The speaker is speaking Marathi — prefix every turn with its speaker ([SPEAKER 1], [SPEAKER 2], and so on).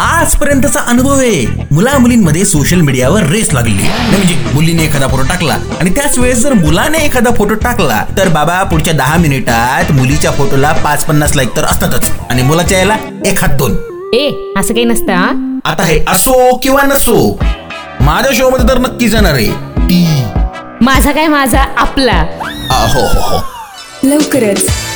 [SPEAKER 1] आजपर्यंतचा अनुभव आहे मुला मुलींमध्ये सोशल मीडियावर रेस लागली नाही म्हणजे मुलीने एखादा फोटो टाकला आणि त्याच वेळेस जर मुलाने एखादा फोटो टाकला तर बाबा पुढच्या दहा मिनिटात मुलीच्या फोटोला पाच पन्नास लाईक तर असतातच आणि मुलाच्या याला एखाद दोन
[SPEAKER 2] ए असं काही नसतं हा
[SPEAKER 1] आता हे असो किंवा नसो माझ्या शो मध्ये तर नक्कीच येणार आहे
[SPEAKER 2] माझा काय माझा आपला
[SPEAKER 1] आ, हो हो हो
[SPEAKER 3] लवकरच